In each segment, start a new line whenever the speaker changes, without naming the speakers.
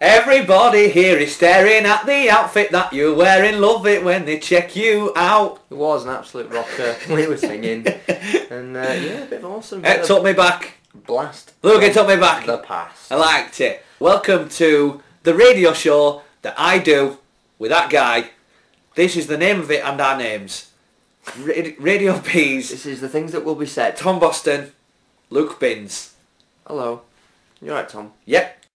Everybody here is staring at the outfit that you're wearing. Love it when they check you out.
It was an absolute rocker. we were singing, and uh, yeah, a bit of awesome. Bit
It
of
took me back.
blast.
Eh, Look, it took me back.
the past.
I liked it. Welcome to the radio show that I do with that guy. This is the name of it and our names. Ra- Radio P's,
This is the things that will be said.
Tom Boston, Luke Binns.
Hello. You're right, Tom.
Yep.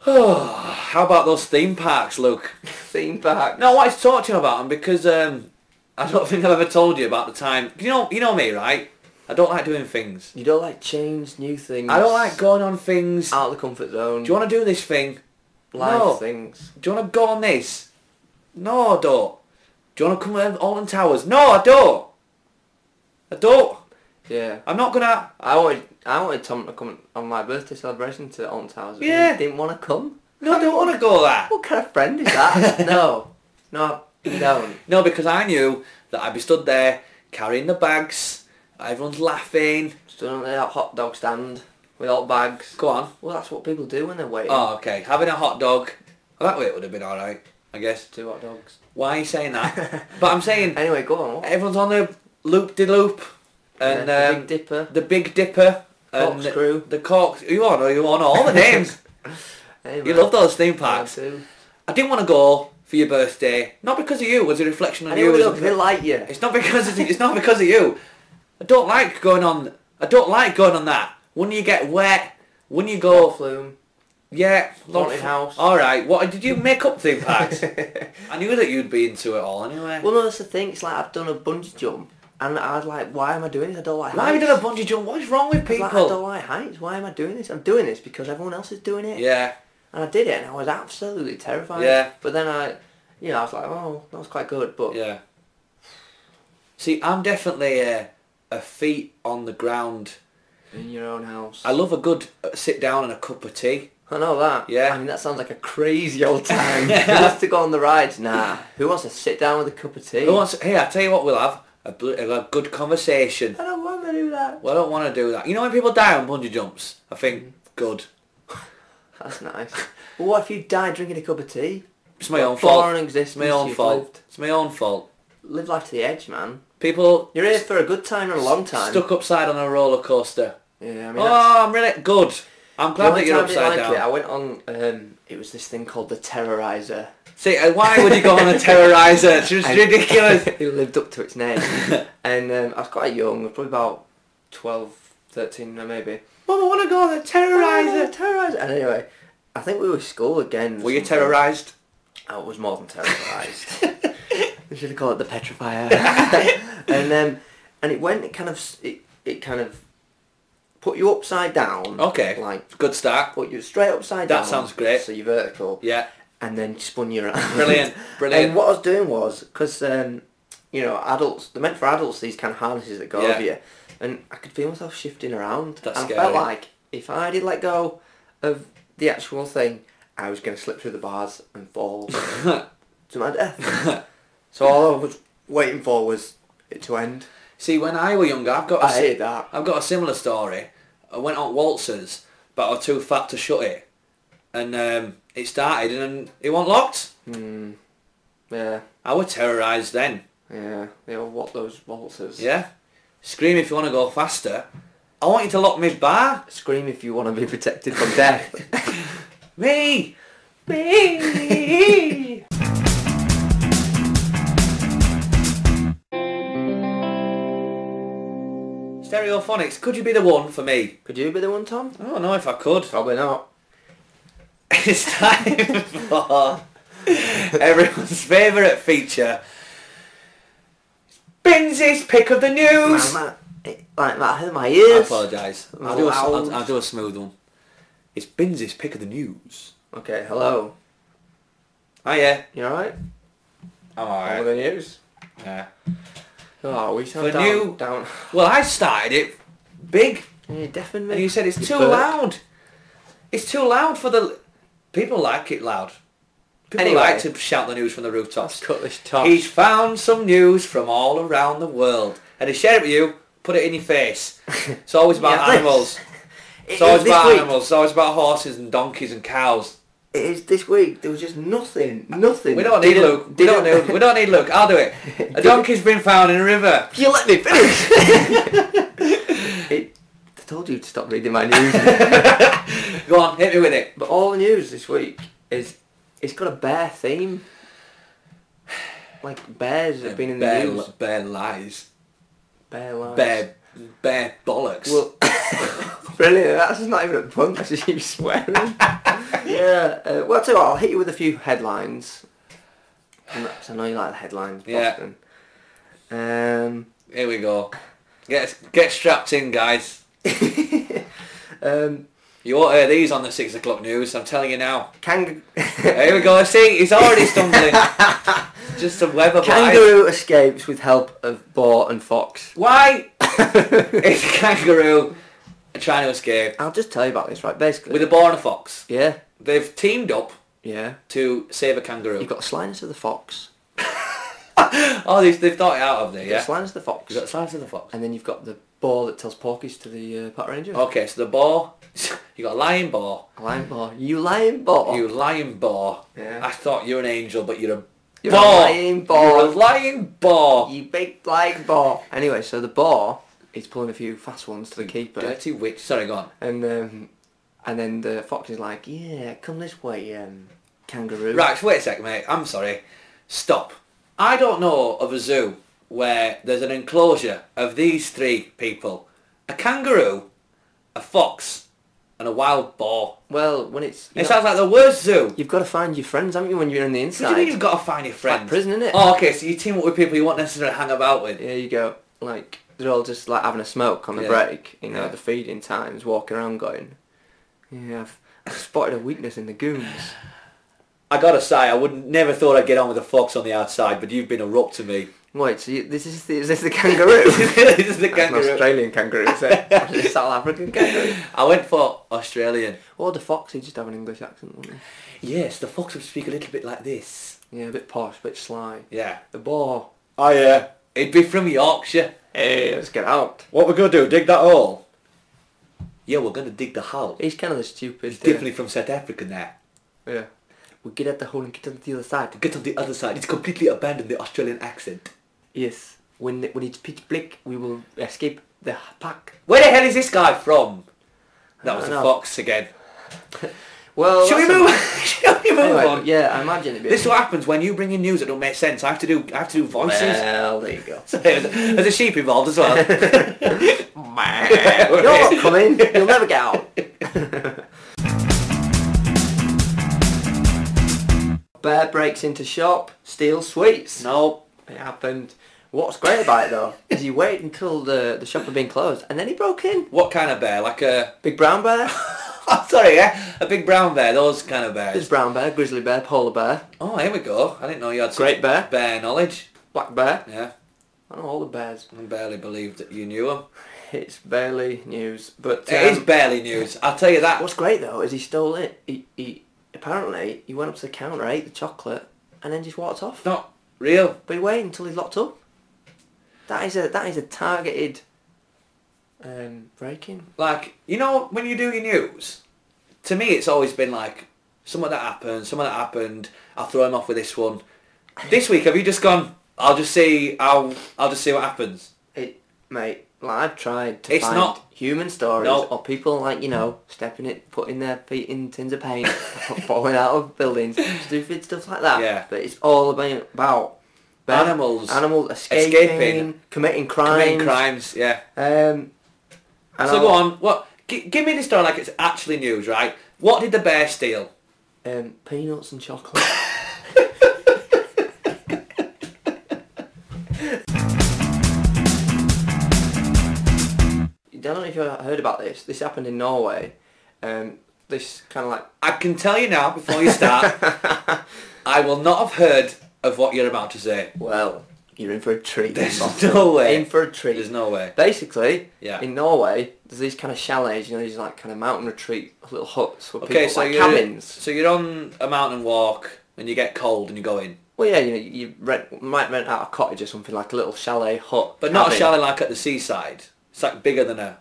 How about those theme parks, Luke?
Theme park.
No, I wanted to talk to you about them because um, I don't think I've ever told you about the time. You know, you know me, right? I don't like doing things.
You don't like change, new things.
I don't like going on things.
out of the comfort zone.
Do you want to do this thing?
life
No.
things?
Do you want to go on this? No, I don't. Do you want to come to Alton Towers? No, I don't. I don't.
Yeah.
I'm not gonna.
I wanted I wanted Tom to come on my birthday celebration to Aunt House. but
Yeah.
He didn't want to come.
No, I don't want to go there.
What kind of friend is that? no. No. You don't.
No, because I knew that I'd be stood there carrying the bags. Everyone's laughing.
Stood on that hot dog stand with all bags.
Go on.
Well, that's what people do when they're waiting.
Oh, okay. Having a hot dog. Well, that way it would have been all right, I guess.
Two hot dogs.
Why are you saying that? but I'm saying
Anyway, go on. What?
everyone's on the loop de loop and
Yeah, the
um,
Big Dipper.
the Big Dipper and
Corkscrew.
the corks. You on? You on all the names?
Hey,
you
man.
love those theme
I
parks.
do.
I didn't want to go for your birthday, not because of you. It Was a reflection on
I
you?
do
It was a-
look, they like you.
It's not because of, it's not because of you. I don't like going on. I don't like going on that. When you get wet, when you
Oh,
go,
flume.
yeah,
Haunted house.
All right. What did you make up theme parks? I knew that you'd be into it all anyway.
Well, no, that's the thing. It's like I've done a bungee jump, and I was like, why am I doing this? I don't like
Why have
heights.
you done a bungee jump? What is wrong with
It's like, I don't
people?
like heights. Why am I doing this? I'm doing this because everyone else is doing it.
Yeah,
And I did it, and I was absolutely terrified.
Yeah.
But then I, you know, I was like, oh, that was quite good. But
yeah. See, I'm definitely a, a feet on the ground.
in your own house,
I
I,
love a good uh, sit down and a cup of tea.
know that.
Yeah.
I mean, that sounds like a crazy old time. Who wants to go on the rides? Nah. Who wants to sit down with a cup of tea?
Who wants? Hey, I tell you what, we'll have a, bl- a good conversation.
I don't want to do that.
Well, I don't want to do that. You know when people die on bungee jumps? I
Mm-hmm.
think, good.
That's nice. well, what if you died drinking a cup of tea?
It's my own
Foreign
fault.
existence.
It's my own
you've
fault.
Lived.
It's my own fault.
Live life to the edge, man.
People
You're here for a good time and a long time.
stuck upside on a roller coaster.
Yeah, I mean, that's-
Oh, I'm really good. I'm
the
glad
only
that you're
time I didn't
upside
like
down.
It, I went on. Um, it was this thing called the Terrorizer.
See, uh, why would you go on a terrorizer? It's just
And-
ridiculous.
it lived up to its name. and um, I was quite young. I was probably about 12, 13 or maybe.
Mum, I want to go on a terrorizer.
Terrorizer, Terrorizer. And anyway, I think we were at school again. or
Were you
something.
terrorized?
I was more than terrorised. we should have called it the petrifier. and um, and it went. It kind of s- it, it kind of put you upside down.
Okay.
Like
Good start.
put you straight upside
That
down.
sounds great.
So you're vertical.
Yeah.
And then spun you around.
Brilliant. Brilliant.
And what I was doing was because um, you know adults they're meant for adults these kind of harnesses that go
Yeah.
over you, and I could feel myself shifting around.
That's
and I
scary.
felt like if I did let go of the actual thing, I was going to slip through the bars and fall to my death. so all I was waiting for was it to end.
See, when I were younger, I've got a
I
si-
hated that.
I've got a similar story. I went on waltzers, but I was too fat to shut it, and um, it started and it wasn't locked.
Yeah,
I was terrorised then.
yeah. They all what those waltzers.
Yeah, scream if you want to go faster. I want you to lock me bar.
Scream if you want to be protected from death.
Me, me. Stereophonics, could you be the one for me?
Could you be the one, Tom?
I don't know if I could.
Probably not.
It's time for everyone's favourite feature. Binz's pick of the news.
Man, that- it- like that hurt my
I
ears.
apologise. I'll do, a, I'll,
Loud.
I'll do a smooth one. It's Binz's pick of the news.
Okay, hello.
Oh yeah.
You alright?
I'm
All
alright.
the news.
Yeah.
Oh, we sound
For
down,
new-
down.
Well, I started it big,
You deafened me.
and you said it's
You
too
burp.
loud. It's too loud for the people like it loud. People
Anyway.
like to shout the news from the rooftops.
Let's cut this top.
He's found some news from all around the world, and he shared it with you put it in your face. It's always
Yeah,
about
this-
animals.
It
It's always
is this
about
week-
animals. It's always about horses and donkeys and cows.
It is this week. There was just nothing. Nothing.
We don't need
Didn't-
Luke. We don't
didn't-
need. We don't need Luke. I'll do it. A donkey's been found in a river.
You let me finish. it, I told you to stop reading my news.
Go on, hit me with it.
but all the news this week is it's got a bear theme. Like bears have been in the
bear,
news.
bear lies.
Bear lives.
Bear, bear bollocks.
Well, brilliant. That's not even a pun. That's just you swearing. yeah. Uh, well, I'll tell you what. I'll hit you with a few headlines. And that's- I know you like the headlines,
Yeah.
Boston. Um,
Here we go. Get get strapped in, guys.
um,
You won't hear these on the six o'clock news. I'm telling you now.
kang-
Here we go. See, he's already stumbling. Just a weather blind.
kangaroo escapes with help of boar and fox.
Why is a kangaroo trying to escape
I'll just tell you about this, right? Basically,
with a boar and a fox?
yeah,
They've teamed up
yeah.
to save a kangaroo.
You've got Slyness of the fox.
Oh, they've, they've thought it out, have they?
You've got
Yeah.
Slyness of the fox.
You've got Slice of the Fox.
and then you've got the boar that tells porkies to the uh, park ranger.
Okay, so the boar. You got a lion boar.
Lion boar. You lion boar.
You lion boar.
Yeah.
I thought you were an angel, but you're a
You're a
boar.
lion boar.
You're a lion boar.
You big black boar. Anyway, so the boar is pulling a few fast ones
Mm,
to the keeper,
Dirty witch. Sorry, go on.
and um, and then the fox is like, "Yeah, come this way, um, kangaroo."
Right, wait a sec, mate. I'm sorry. Stop. I don't know of a zoo where there's an enclosure of these three people. A kangaroo, a fox, and a wild boar.
Well, when it's you
It sounds like the worst zoo.
have got to find your friends, haven't you, when you're on the
What do you
inside?
mean you've got to find your friends?
prison, innit?
Oh, okay, so you team up with people you won't necessarily hang about with.
Yeah, you go. Like they're all just like having a smoke on the
Yeah.
break, you know,
Yeah.
the feeding times, walking around going, "Yeah, I've, I've spotted a weakness in the goons."
I gotta say, I would never thought I'd get on with a fox on the outside, but you've been a rock to me.
Wait, so you, this is the, is this the kangaroo?
this is the
That's an
kangaroo.
Australian kangaroo, is it? That's a South African kangaroo.
I went for Australian.
Or the fox, he just have an English accent, wouldn't
Yes, the fox would speak a little bit like this.
he? Yeah, a bit posh, a bit sly.
Yeah.
The boar.
Oh yeah. He'd be from Yorkshire.
Hey, let's get out.
What we're gonna do? Dig that hole? Yeah, we're gonna dig the hole.
He's kind of the stupid.
He's
yeah.
definitely from South Africa now.
Yeah. We get out the hole and get on the other side.
Get on the other side. It's completely abandoned the Australian accent.
Yes. When when it's pitch black, we will escape the pack.
Where the hell is this guy from? That was
I
a
don't know.
fox again.
Well,
Shall we
that's
move?
a-
Shall we move
Anyway,
on?
yeah, I imagine it'd be.
This is what happens when you bring in news that don't make sense. I have to do. I have to do voices.
well, there you go.
So there's, there's a sheep involved as well.
You're not coming. You'll never get out. Bear breaks into shop, steals sweets.
no.
It happened. What's great about it though is he waited until the, the shop had been closed and then he broke in.
What kind of bear? Like a.
Big brown bear.
Oh, sorry, yeah, a big brown bear. Those kind of
There's
bears.
brown bear, grizzly bear, polar bear,
Oh, here we go. I didn't know you had such
Great bear.
bear knowledge.
black bear.
Yeah,
I know all the bears.
I barely believed that you knew him.
It's barely news, but
It is
um,
barely news. I'll tell you that.
What's great though is he stole it. He, he apparently he went up to the counter, ate the chocolate, and then just walked off.
Not real.
But he waited until he's locked up. That is a that is a targeted um, breaking.
Like you know when you do your news, to me it's always been like something that happened, something that happened. I'll throw him off with this one. This week, have you just gone? I'll just see. I'll I'll just see what happens.
It, mate. Like I've tried to
It's
find
not-
human stories
No.
or people like you know stepping it, putting their feet in tins of paint, falling out of buildings, stupid stuff like that.
Yeah.
But it's all about about bear-
Animals.
animals escaping,
Escaping.
committing crimes.
Committing crimes. Yeah.
Um, and
So
I'll-
go on. What? G- give me the story like it's actually news, right? What did the bear steal?
Um, peanuts and chocolate. I don't know if you heard about this. This happened in Norway. Um, this kind of like
I can tell you now before you start. I will not have heard of what you're about to say.
well, you're in for a treat.
There's
Boston.
no way.
In for a treat.
There's no way.
Basically,
Yeah.
in Norway, there's these kind of chalets. You know, these like kind of mountain retreat little huts where
Okay,
people
so
like
you're
cabins.
so you're on a mountain walk and you get cold and you go in,
Well, yeah, you know, you rent might rent out a cottage or something like a little chalet hut,
but not a
cabin.
chalet like at the seaside. It's like bigger than her.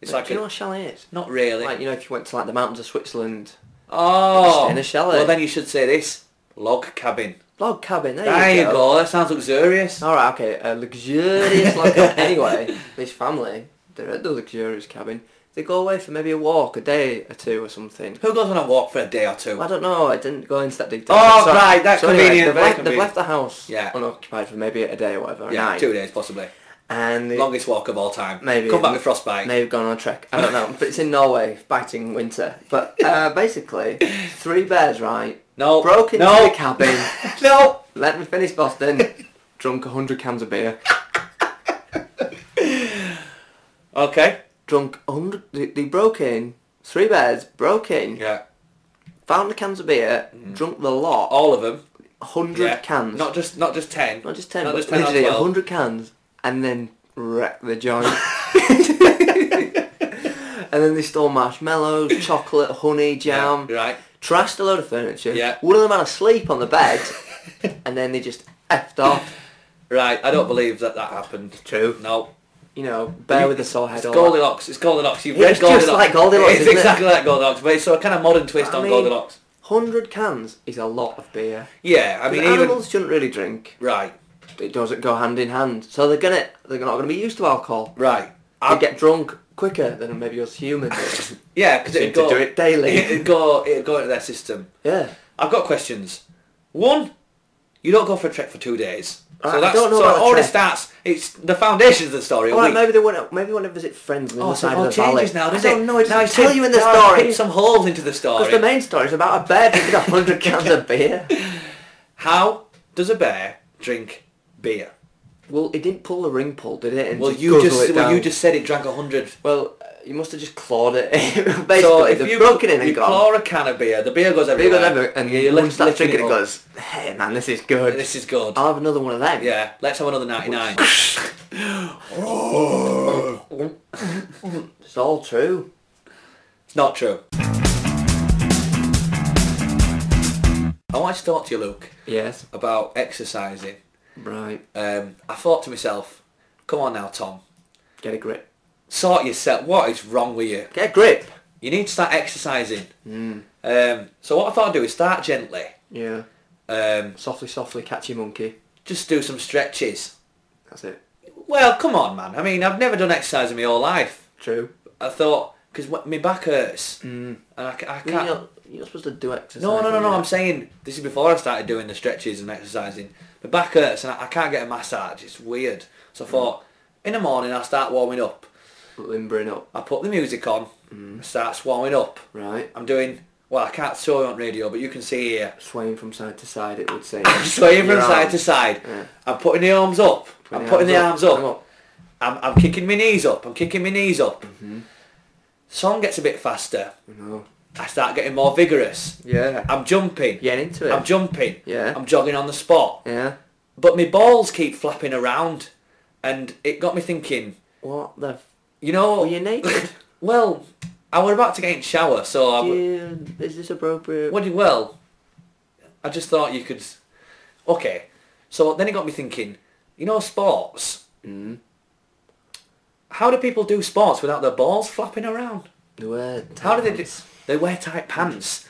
It's like
Do
a,
you know what a chalet is?
not really.
Like you know, if you went to like the mountains of Switzerland,
oh,
Just in a chalet.
Well, then you should say this: log cabin.
log cabin. There, Oh.
There, you, go. That sounds luxurious.
All right, okay, a luxurious log cabin. Anyway, this family, they're at the luxurious cabin. They go away for maybe a walk, a day or two or something.
Who goes on a walk for a day or two?
I don't know. I didn't go into that detail.
Oh,
So-
right, that's
so anyway,
convenient,
they've,
very
left, they've
convenient.
left the house
Yeah.
unoccupied for maybe a day or whatever, a
yeah,
night.
two days possibly.
And they,
Longest walk of all time.
Maybe.
Come back with frostbite.
May have gone on a trek. I don't know. But it's in Norway, biting winter. But uh, basically, three bears, right?
No.
Broke into
no.
the cabin.
no.
Let me finish, Boston. Drunk 100 cans of beer.
Okay.
Drunk 100... They, they broke in. Three bears broke in.
Yeah.
Found the cans of beer. Drunk the lot.
All of them.
100
Yeah.
cans.
Not just not just ten.
Not just 10,
Not
but
just ten. or
literally
12.
100 cans. And then wrecked the joint. and then they stole marshmallows, chocolate, honey, jam.
Right.
trashed a load of furniture.
Yeah.
One of them had a sleep on the bed, and then they just effed off.
Right. I don't believe that that happened.
True.
No.
You know, bear with a sore head.
It's
all
Goldilocks. It's Goldilocks. You've
It's
read
just
Goldilocks.
like Goldilocks,
It's
isn't it?
exactly like Goldilocks, but it's a kind of modern twist
I
on
mean-
Goldilocks.
Hundred cans is a lot of beer.
Yeah. I mean,
The
even
animals shouldn't really drink.
right.
It doesn't go hand in hand. So they're gonna they're not gonna be used to alcohol.
Right.
They
I,
get drunk quicker than maybe us humans.
yeah, because
Seem
it'd
to
go,
do it daily.
it'd go. It'd go into their system.
yeah.
I've got questions. One, you don't go for a trek for two days.
I-
so
I
that's
don't know
so
about
it
a
already
trek.
starts. It's the foundations of the story. a
All right,
week.
maybe they want to maybe want to visit friends on the
Oh,
other
so
side
it all
of the valley.
changes now, doesn't
I don't
it?
know. It
Now
doesn't tell
hit-
you in the
now I've
story.
hit some holes into the story.
Because the main story is about a bear drinking hundred cans of beer.
How does a bear drink beer?
Well, it didn't pull the ring pull, did it? And
Well,
just
you
guzzle
just
it
well, you
down?
just said it drank a hundred.
Well, uh, you must have just clawed it. Basically,
So
if
if
they've
you
broken in
you
and gone.
claw a can of beer, the beer goes
Big
everywhere.
on ever, and
Yeah,
you
lick-
lift that
licking
drinking it,
up.
goes, hey man, this is good.
This is good.
I'll have another one of them.
Yeah, let's have another ninety-nine.
It's all true.
It's not true. I want to talk to you, Luke,
Yes.
about exercising.
Right.
Um, I thought to myself, come on now, Tom,
Get a grip.
sort yourself. What is wrong with you?
Get a grip.
You need to start exercising. Um, so what I thought I'd do is start gently.
Yeah.
Um,
Softly, softly catch your monkey.
just do some stretches.
That's it.
Well, come on, man. I mean, I've never done exercise in my whole life.
True.
I thought, because my back hurts. Mm. And I, ca- I
You're
can't...
not, you're not supposed to do exercise.
No, no, no,
are
no.
you?
I'm saying this is before I started doing the stretches and exercising. My back hurts and I, I can't get a massage. It's weird. So I thought, in the morning I'll start warming up.
limbering up.
I put the music on, I start warming up.
Right.
I'm doing, well, I can't show you on radio, but you can see here.
Swaying from side to side, it would say.
I'm swaying from
Your
side
arms.
to side.
Yeah.
I'm putting the arms up. I'm putting the arms
Come on.
up. I'm, I'm kicking my knees up. I'm kicking my knees up.
Mm-hmm.
Song gets a bit faster.
No.
I start getting more vigorous.
Yeah.
I'm jumping.
Get into it.
I'm jumping.
Yeah.
I'm jogging on the spot.
yeah.
But my balls keep flapping around, and it got me thinking.
What the? F-
You know,
Were you naked?
well, I were about to get in the shower, so I
Do
w-
you, is this appropriate?
what do you- well. I just thought you could. Okay, so then it got me thinking. You know, sports.
Mm.
How do people do sports without their balls flapping around?
The word.
How do they do? They wear tight pants.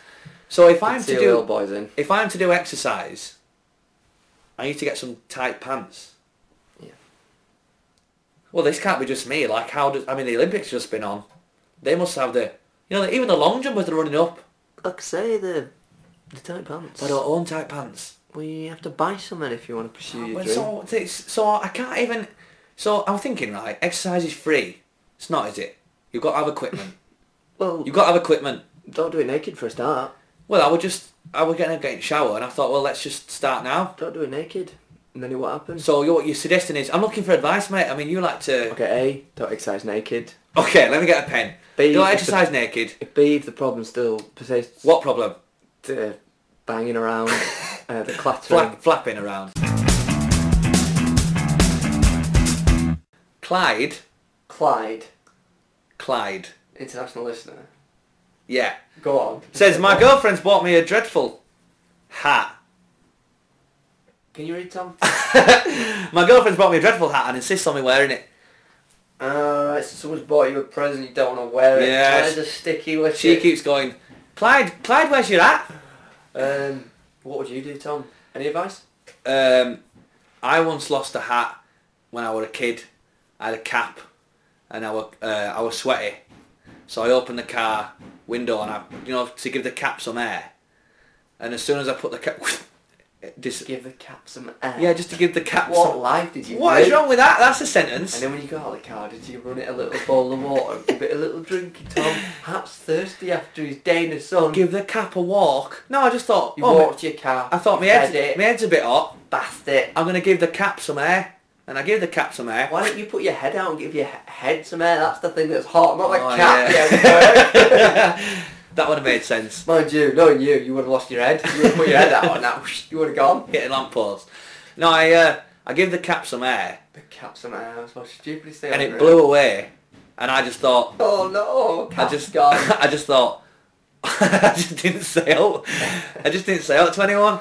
So if I'm to
See little
do
boys in.
if I'm to do exercise, I need to get some tight pants.
Yeah.
Well, this can't be just me. Like, how does? I mean, the Olympics just been on. They must have the. You know, even the long jumpers are running up.
Like I say, the the tight pants.
They don't own tight pants.
uh, We have to buy something if you want to pursue your
Well,
dream.
so, it's, so I can't even. So I'm thinking, right? Exercise is free. It's not, is it? You've got to have equipment.
well,
You've got to have equipment.
don't do it naked for a start.
Well, I would just. I was going to get in the shower, and I thought, well, let's just start now.
Don't do it naked. And then what happens?
So you're, what you're suggesting is, I'm looking for advice, mate. I mean, you like to.
Okay, A. Don't exercise naked.
Okay, let me get a pen.
Be-
Do I exercise naked?
B. If the problem still persists,
What problem?
the banging around, uh, the clattering.
Fla- flapping around. Clyde.
Clyde,
Clyde.
international listener.
Yeah.
Go on.
Says, my girlfriend's bought me a dreadful hat.
Can you read Tom?
My girlfriend's bought me a dreadful hat and insists on me wearing it.
Uh, someone's bought you a present, you don't want to wear it.
Yes.
There's a sticky wicket.
She keeps going, Clyde, Clyde, where's your hat?
Um, what would you do, Tom? Any advice?
Um, I once lost a hat when I was a kid. I had a cap, and I was uh, I was sweaty, so I opened the car window and I, you know, to give the cap some air. And as soon as I put the cap, it dis-
Give the cap some air.
yeah, just to give the cap.
What
some-
life did you
What
live?
is wrong with that? That's a
And
sentence.
then when you got out of the car, did you run it a little bowl of water, give it a little drinky, Tom? Hap's thirsty after his day in the sun.
Give the cap a walk. No, I just thought.
you
Oh,
walked your car.
I thought my
you
head's,
fed it,
my head's a bit hot.
bathed it.
I'm gonna give the cap some air, and I give the cap some air.
Why don't you put your head out and give your he- head some air? That's the thing that's hot, not the
Oh,
cap.
yeah.
yeah, it worked.
That would have made sense.
Mind you, knowing you, you would have lost your head. You would have put your head out and that, whoosh, you would have gone.
Hit a lamppost. No, I uh, I give the cap some air,
The cap's on my house, my stupidest thing
and
I've
it
read.
blew away, and I just thought,
Oh no,
I
cap's
just
gone.
I just thought, I just didn't say out. I just didn't say out to anyone.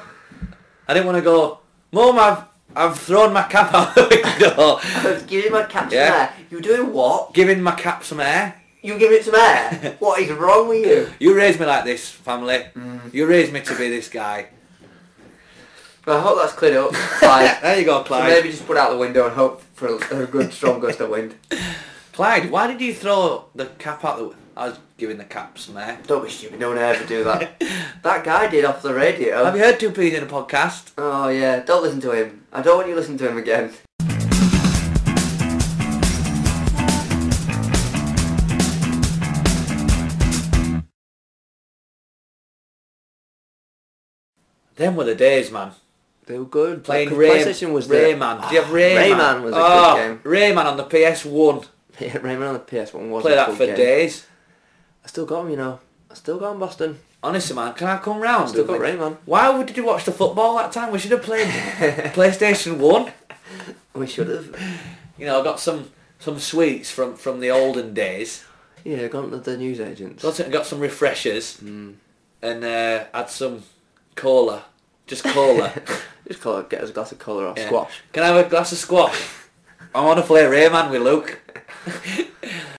I didn't want to go, Mum, I've I've thrown my cap out the
I
window,
was giving my cap some
Yeah.
air. You doing what?
giving my cap some air.
You giving it some air? what is wrong with you?
You raised me like this, family.
Mm.
You raised me to be this guy.
Well, I hope that's cleared up. Clyde.
there you go,
So
Clyde.
maybe just put out the window and hope for a, a good strong gust of wind.
Clyde, why did you throw the cap out the? w- I was giving the cap some air.
Don't be stupid, no one ever do that. that guy did off the radio.
Have you heard two peas in a podcast?
Oh yeah, don't listen to him. I don't want you listening to him again.
Them were the days, man.
They were good.
Playing
Like,
Ray,
PlayStation was the- Ah,
Rayman. Did you have Rayman?
Rayman was a
oh,
good game.
Rayman on the PS1.
Yeah, Rayman on the PS1 was
Play
a
that
good
for
game.
days.
I still got him, you know. I still got him, Boston.
Honestly, man, can I come round?
Still got Rayman.
Why would- did you watch the football that time? We should have played PlayStation 1.
We should have.
You know, I got some some sweets from, from the olden days.
Yeah, gone to the newsagents. Hmm.
Got some, got some refreshers and uh, had some cola. Just cola.
Just call it, get us a glass of cola or
Yeah.
squash.
Can I have a glass of squash? I want to play Rayman with Luke.